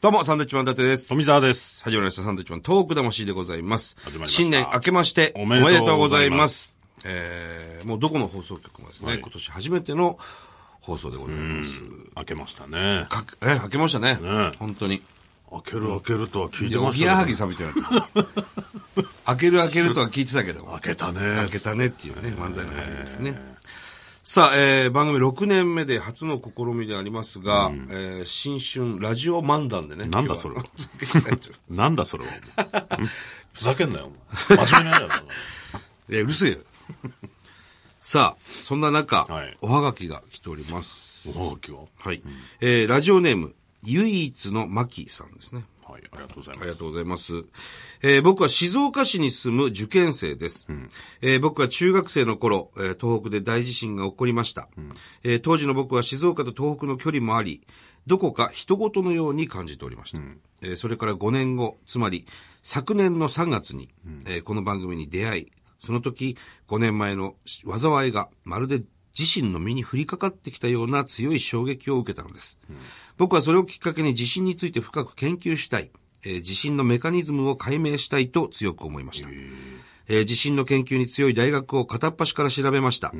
どうも、サンドイッチマン伊達です。富澤です。始まりました、サンドイッチマントーク魂でございます。始まりました新年明けまして、。おめでとうございますえー、もうどこの放送局もですね、はい今年初めての放送でございます。開けましたね。かえー、明けましたね。ね本当に。開ける開けるとは聞いでても、ましひたらはぎけど。さんみたいになってる。開ける開けるとは聞いてたけども。開けたね。開けたねっていうね、漫才の入りですね。さあ、えー、番組6年目で初の試みでありますが、えー新春ラジオ漫談でね。なんだそれは今日はなんだそれは。 お前んふざけんなよ、お前。真面目なんだよ。いや、うるせえよ。 さあ、そんな中、はいおはがきが来ております。お前おはがきは。はい。えー、ラジオネーム、唯一のマキさんですね。はい、ありがとうございあまりす。がとうございます。えー僕は静岡市に住む受験生です。えー僕は中学生の頃、えー東北で大地震が起こりました、えー当時の僕は静岡と東北の距離もあり、どこか人事のように感じておりました。えーそれから5年後、つまり昨年の3月に、えーこの番組に出会い、その時5年前の災いがまるで自身の身に降りかかってきたような強い衝撃を受けたのです。僕はそれをきっかけに地震について深く研究したい、えー地震のメカニズムを解明したいと強く思いました。えー地震の研究に強い大学を片っ端から調べました。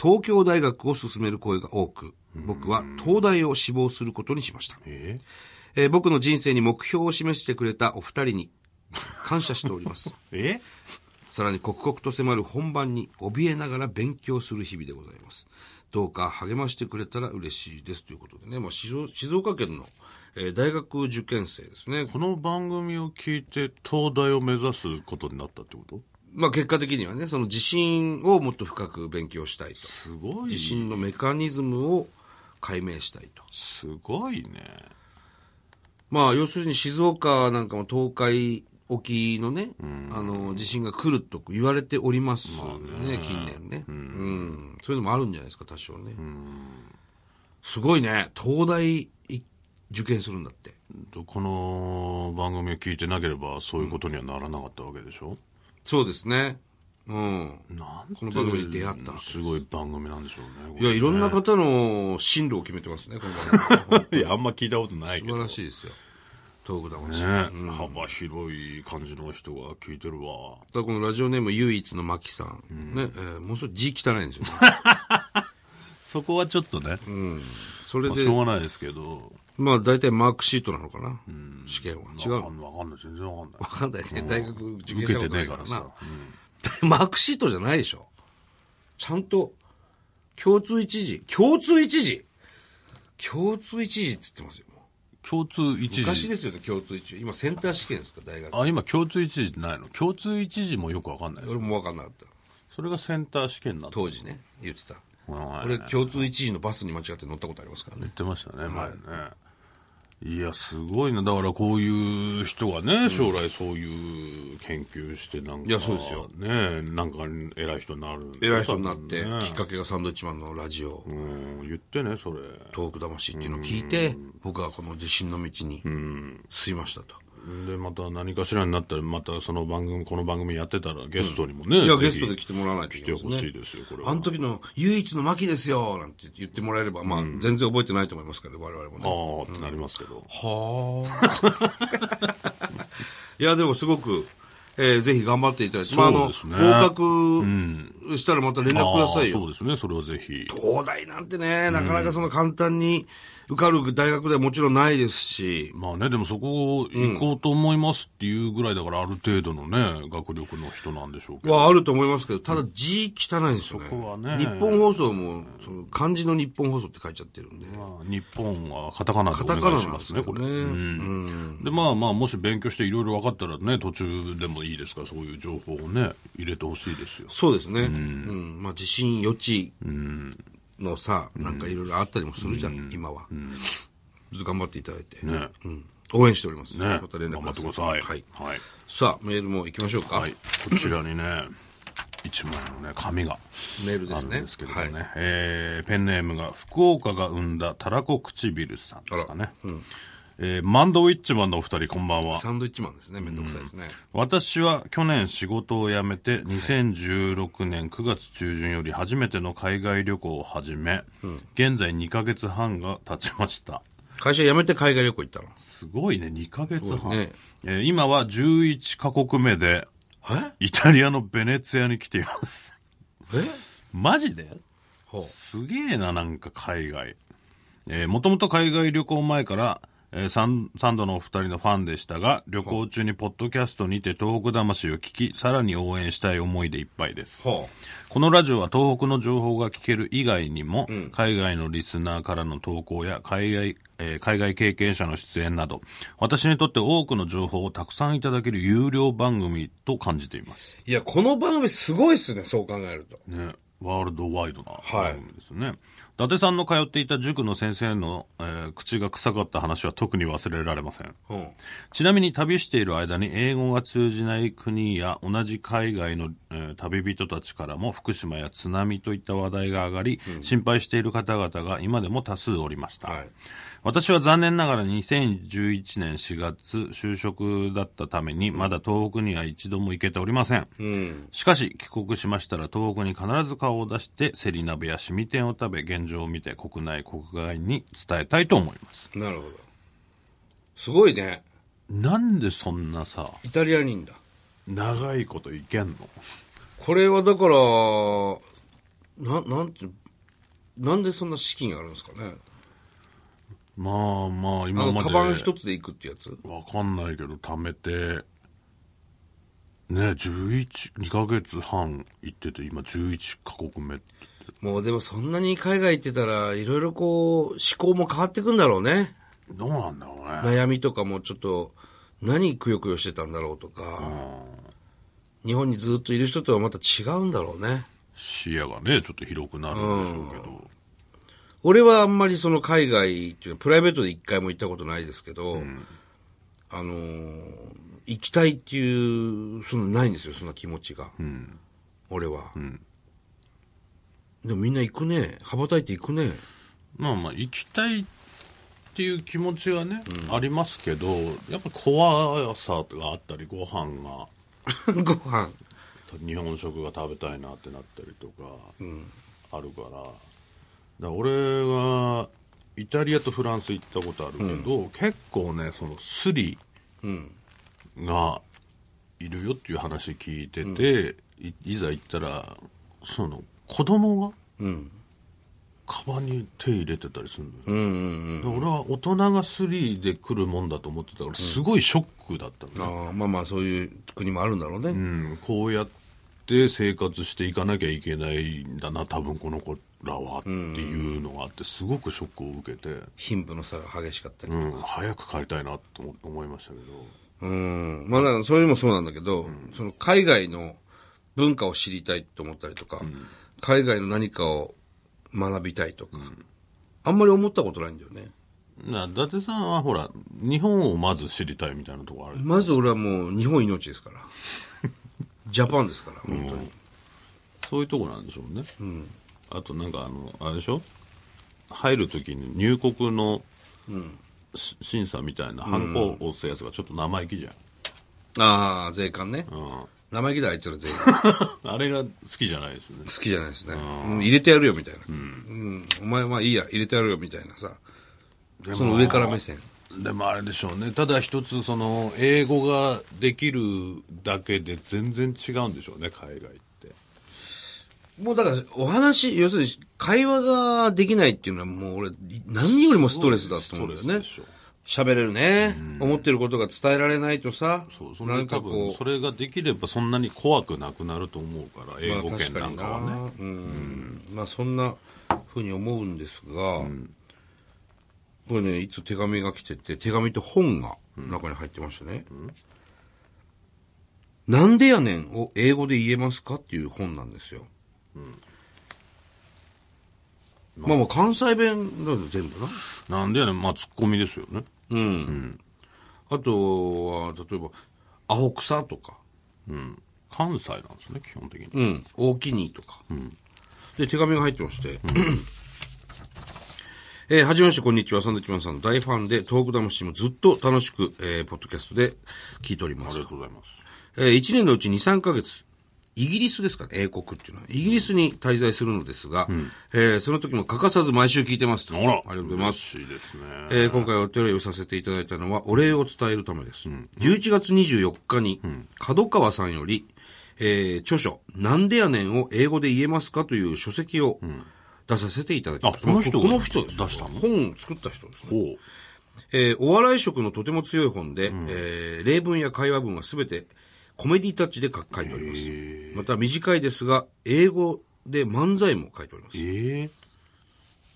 東京大学を進める声が多く、僕は東大を志望することにしました。ええー僕の人生に目標を示してくれたお二人に感謝しております。えさらに刻々と迫る本番に怯えながら勉強する日々でございます。どうか励ましてくれたら嬉しいですということでね、まあ、静静岡県の、えー大学受験生ですね。この番組を聞いて東大を目指すことになったってことまあ、結果的にはね、その地震をもっと深く勉強したいと。すごい地。震のメカニズムを解明したいと。すごいね。まあ、要するに静岡なんかも東海沖のね、あの、地震が来ると言われておりますね、近年ね、うん。そういうのもあるんじゃないですか、多少ね。すごいね、東大い受験するんだって。どこの番組を聞いてなければそういうことにはならなかったわけでしょ、そうですね。うん。なんてこの番組に出会ったわけですすごい番組なんでしょうね。いや、いろんな方の進路を決めてますね、この番組 いや、あんま聞いたことないけ素ど。晴ねらしいですよ。東北魂。幅広い感じの人が聞いてるわ。ただこのラジオネーム唯一のマキさん。ね、えーもうすぐ字汚いんですよ、ね。そこはちょっとね、それまあで し、ょうがないですけど、まあ大体マークシートなのかな、試験は。違うわのかんないわかんない、全然わかんない。わかんないね。大学受験した受こけてとなねえいかかららなさ。。 マークシートじゃないでしょ。ちゃんと、共通一時、共通一時共通一時って言ってますよ。も共通う一昔時。ですよね、共通一時。今センター試験ですか、大学。あ、今共通一時ってないの共通一時もよくわかんないです俺もわかんなかった。それがセンター試験になった。当時ね、言ってた。はい俺、共通一時のバスに間違って乗ったことありますからね言っ。てましたね、前ね。いや、すごいな。だからこういう人がね、将来そういう研究してなんか、いやそうですよね、なんか偉い人になる。偉い人になって、多分ねきっかけがサンドイッチマンのラジオ、うん、言ってね、それ。トーク魂っていうのを聞いて、僕はこの地震の道に、進みましたと。で、また何かしらになったら、またその番組、この番組やってたら、ゲストにもね、いや、ぜゲひストで来てもらわないとい来けなてい、ほしいですよ、これは。あの時の唯一の牧ですよ、なんて言ってもらえれば、まあ、全然覚えてないと思いますから、我々もね。ああってなりますけど。はあ。 いや、でもすごく、えーぜひ頑張っていただいて、まあ、あの、そうですね合格したらまた連絡くださいああよ。そうですね、それはぜひ。東大なんてね、なかなかその簡単に受かる大学ではもちろんないですし、まあね、でもそこを行こうと思いますっていうぐらいだから、ある程度のね、学力の人なんでしょうけど。はあると思いますけど、ただ字汚いんですよね。こはね日本放送も、その漢字の日本放送って書いちゃってるんで。まあ日本はカタカナでカおタカナ願いなしんまですすね、けどこれ。ね。で、まあまあ、もし勉強していろいろ分かったらね、途中でもいいですから、そういう情報をね、入れてほしいですよ。そうですね。うん。まあ、地震予知のさ、なんかいろいろあったりもするじゃん、今は。ちょっと頑張っていただいて。ね。うん。応援しております。ね。また連絡頑張ってください。はい。はい。さあ、メールも行きましょうか。はいこちらにね、 一枚のね、紙が。メールであするんね。ですけれどもね、はい。えーペンネームが福岡が生んだたらこ唇さんですかね、えーマンドウィッチマンのお二人こんばんはサンドイッチマンですね。めんどくさいですね。私は去年仕事を辞めて2016年9月中旬より初めての海外旅行を始め、現在2ヶ月半が経ちました会社辞めて海外旅行行ったの。すごいね、2ヶ月半。ねえー今は11カ国目で、えイタリアのベネツィアに来ています。 えマジでほうすげえな、なんか海外。えー、もともと海外旅行前から、えーサン、サンドのお二人のファンでしたが、旅行中にポッドキャストにて東北魂を聞き、さらに応援したい思いでいっぱいです。ほこのラジオは東北の情報が聞ける以外にも、海外のリスナーからの投稿や海外、えー海外経験者の出演など、私にとって多くの情報をたくさんいただける有料番組と感じています。う。いや、この番組すごいっすね、そう考えると。ね、ワールドワイドなはい番組ですね、伊達さんの通っていた塾の先生の、えー口が臭かった話は特に忘れられませんうん。ちなみに旅している間に英語が通じない国や同じ海外の、えー旅人たちからも福島や津波といった話題が上がり、心配している方々が今でも多数おりました、はい私は残念ながら2011年4月就職だったためにまだ東北には一度も行けておりません、うん。しかし、帰国しましたら東北に必ず顔を出して、セリ鍋やシミ天を食べ、現状を見て国内、国外に伝えたいと思います。なるほど。すごいね。なんでそんなさ、イタリア人だ。長いこといけんのこれはだから、な、なんて、なんでそんな資金があるんですかね。まあまあ、あ今の、まカで。バン一つで行くってやつ。わかんないけど、貯めて、ね、11、2ヶ月半行ってて、今11カ国目って。もうでもそんなに海外行ってたら、いろいろこう、思考も変わってくんだろうね。どうなんだろうね。悩みとかもちょっと、何くよくよしてたんだろうとか、日本にずっといる人とはまた違うんだろうね。視野がね、ちょっと広くなるんでしょうけど。俺はあんまりその海外っていうのはプライベートで一回も行ったことないですけど、あのー行きたいっていう、そのないんですよ、そんな気持ちが。俺は、でもみんな行くね。羽ばたいて行くね。 まあまあ、行きたいっていう気持ちはね、ありますけど、やっぱ怖さがあったり、ご飯が、ご飯。日本食が食べたいなってなったりとか、あるから、だから俺は、イタリアとフランス行ったことあるけど、結構ね、そのスリがいるよっていう話聞いてて、いいざ行ったら、その子供が、うん。カバンに手入れてたりするのよ。うんうんうん。で俺は大人が3で来るもんだと思ってたからすごいショックだったんだ、ああ、まあまあそういう国もあるんだろうね。うんこうやって生活していかなきゃいけないんだな多分この子らはっていうのがあってすごくショックを受けて、貧富の差が激しかったりう。ん、早く帰りたいなと思思いましたけどうん。まあだからそれもそうなんだけど、その海外の文化を知りたいと思ったりとか、海外の何かを学びたいとか、あんまり思ったことないんだよね。な伊達さんはほら日本をまず知りたいみたいなとこある、まず俺はもう日本命です から。ジャパンですから、本当に。そういうとこなんでしょうね、あとなんかあのあれでしょ入るときに入国のし審査みたいなハンコを押すやつがちょっと生意気じゃん、ああ、税関ね。うん 生意気だ、あいつら税関。好あれが好きじゃないですねきじゃないですね。うん入れてやるよ、みたいな。うんお前はいいや、入れてやるよ、みたいなさ。でもその上から目線。でもあれでしょうねただ一つその英語ができるだけで全然違うんでしょうね海外ってもうだから、お話、要するに、会話ができないっていうのはもう俺、何よりもストレスだと思うんだよね。ストレスでしょ喋れるね。思ってることが伝えられないとさ、そうそれなんでか多分こ、そうれができればそんなに怖くなくなると思うから英語まあ圏なんかはね、確になうん。まあそんな風に思うんですが、これね、いつ手紙が来てて、手紙と本が中に入ってましたね。なんでやねんを英語で言えますかっていう本なんですよ。まあまあ関西弁だよ全部な。なんでやねんまあツッコミですよねうん。あとは、例えば、青草とか、うん関西なんですね基本的に、うん、大きにとか、で、手紙が入ってまして、 えーはじめまして、こんにちは。サンドウィッチマンさんの大ファンで、トーク魂もずっと楽しく、えーポッドキャストで聞いておりまあすりとがとうございますえー、1年のうち2、3ヶ月、イギリスですかね、英国っていうのは。イギリスに滞在するのですが、えーその時も欠かさず毎週聞いてますと。あらありがとうございます。嬉しいですね。えー今回お手入れをさせていただいたのはお礼を伝えるためです。11月24日に、角川さんより、えー著書、なんでやねんを英語で言えますかという書籍を出させていただきました。あこの人がこの人です。出したの本を作った人です、ね。ほう。えーお笑い色のとても強い本で、えー例文や会話文はすべてコメディタッチで書書いております。また短いですが、英語で漫才も書いております。ええ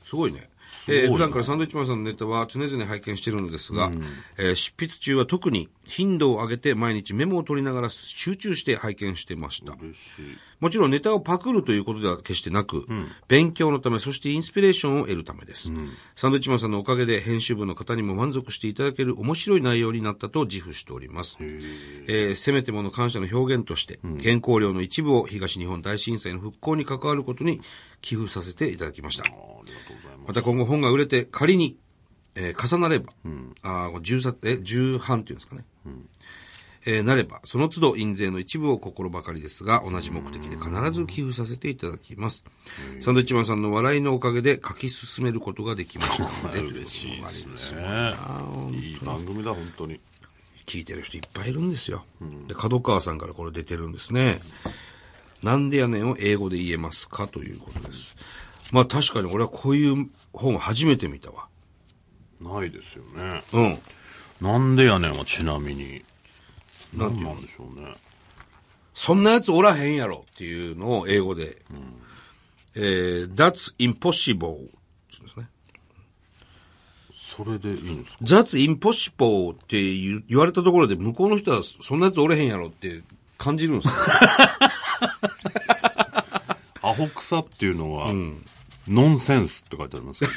すごいね。ごいえねー普段からサンドウィッチマンさんのネタは常々拝見しているのですが、えー執筆中は特に頻度を上げて毎日メモを取りながら集中して拝見してました。嬉しい。もちろんネタをパクるということでは決してなく、勉強のため、そしてインスピレーションを得るためです。サンドウィッチマンさんのおかげで編集部の方にも満足していただける面白い内容になったと自負しております。えーせめてもの感謝の表現として、原稿料の一部を東日本大震災の復興に関わることに寄付させていただきました。ありがとうございます。また今後本が売れて仮に、えー重なれば、ああ、これ重冊、え、重版っていうんですかね。えーなれば、その都度印税の一部を心ばかりですが、同じ目的で必ず寄付させていただきます。サンドウィッチマンさんの笑いのおかげで書き進めることができましたので、 嬉しいですね。いい番組だ、本当に。聞いてる人いっぱいいるんですよ。で、角川さんからこれ出てるんですね。なんでやねんを英語で言えますかということです。まあ確かに俺はこういう本初めて見たわ。ないですよね。うん。なんでやねんはちなみに。なんなんでしょうね。そんなやつおらへんやろっていうのを英語で、えー、that's impossible って言うんですね。それでいいんですか that's impossible って言う言われたところで向こうの人はそんなやつおれへんやろって感じるんですよ。 アホ草っていうのは、ノンセンスって書いてありますけど。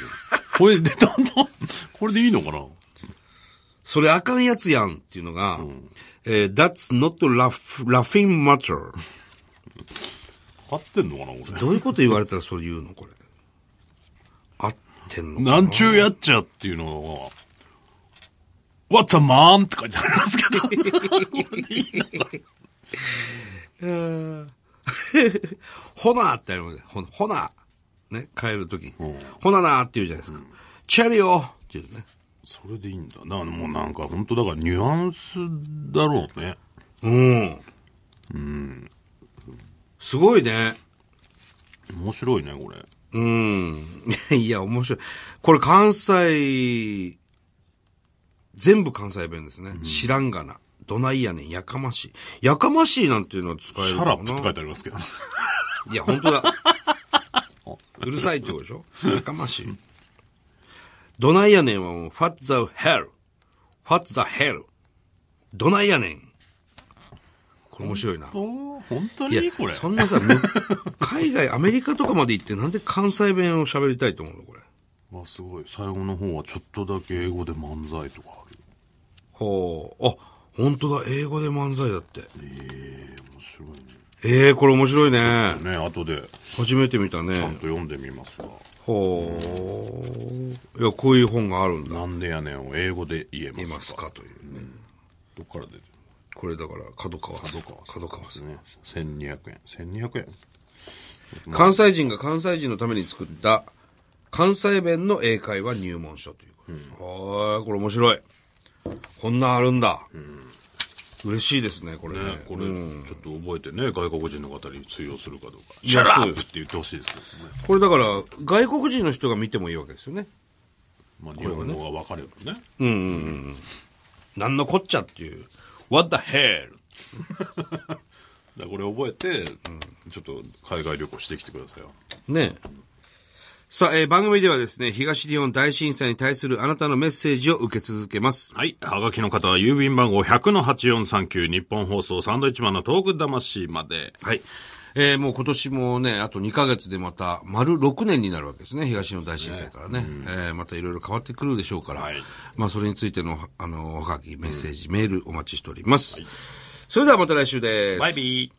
これで、だんだん、これでいいのかなそれあかんやつやんっていうのが、えー that's not laugh, laughing matter。合ってんのかな、俺。どういうこと言われたらそれ言うのこれ。合ってんのかなんちゅうやっちゃっていうのは、What's a man? って書いてありますけど。 ほなーってありますね。ほほなー。ね、帰るときに。ほななーって言うじゃないですか。チェリオーって言うね。 それでいいんだ。な、もうなんか本当だからニュアンスだろうね。うん。すごいね。面白いね、これ。うん。いや、面白い。これ関西、全部関西弁ですね。知らんがな。どないやねん、やかましい。やかましいなんていうのは使えシるャかなラップって書いてありますけど。いや、本当だ。 うるさいってことでしょやかましい。どないやねんはもう、what the hell? what the hell? どないやねん。これ面白いな。本当いやにこれ。そんなさ、 む海外、アメリカとかまで行ってなんで関西弁を喋りたいと思うのこれ。わ、すごい。最後の方はちょっとだけ英語で漫才とかある。ほう。あ、本当だ。英語で漫才だって。面白いええー、これ面白いね。ね。ね、後で、ち初めて見たゃんねと。読んでみますわ。ほう。いや、こういう本があるんだ。なんでやねんを英語で言えますいかますかというね。どっから出てるこれだから、角川さん。角川。角川さん。ね。1200円。1200円。関西人が関西人のために作った、関西弁の英会話入門書ということです。はーい、これ面白い。こんなんあるんだ。嬉しいですね、これね。ね、これ、ちょっと覚えてね、外国人の方に通用するかどうか。いシャやラそうでップすって言ってほしいですけどね。これだから、外国人の人が見てもいいわけですよね。まあ、日本語が分かればね。なんのこっちゃっていう。What the hell? だからこれ覚えて、ちょっと海外旅行してきてくださいよ。ねえ。さあ、えー番組ではですね、東日本大震災に対するあなたのメッセージを受け続けます。はい。はがきの方は郵便番号100-8439日本放送サンドイッチマンのトーク魂まで。はい。えーもう今年もね、あと2ヶ月でまた、丸6年になるわけですね、東日本大震災からね。えーまたいろいろ変わってくるでしょうから、はいまあそれについての、あの、おはがき、メッセージ、メールお待ちしております。それではまた来週です。バイビー。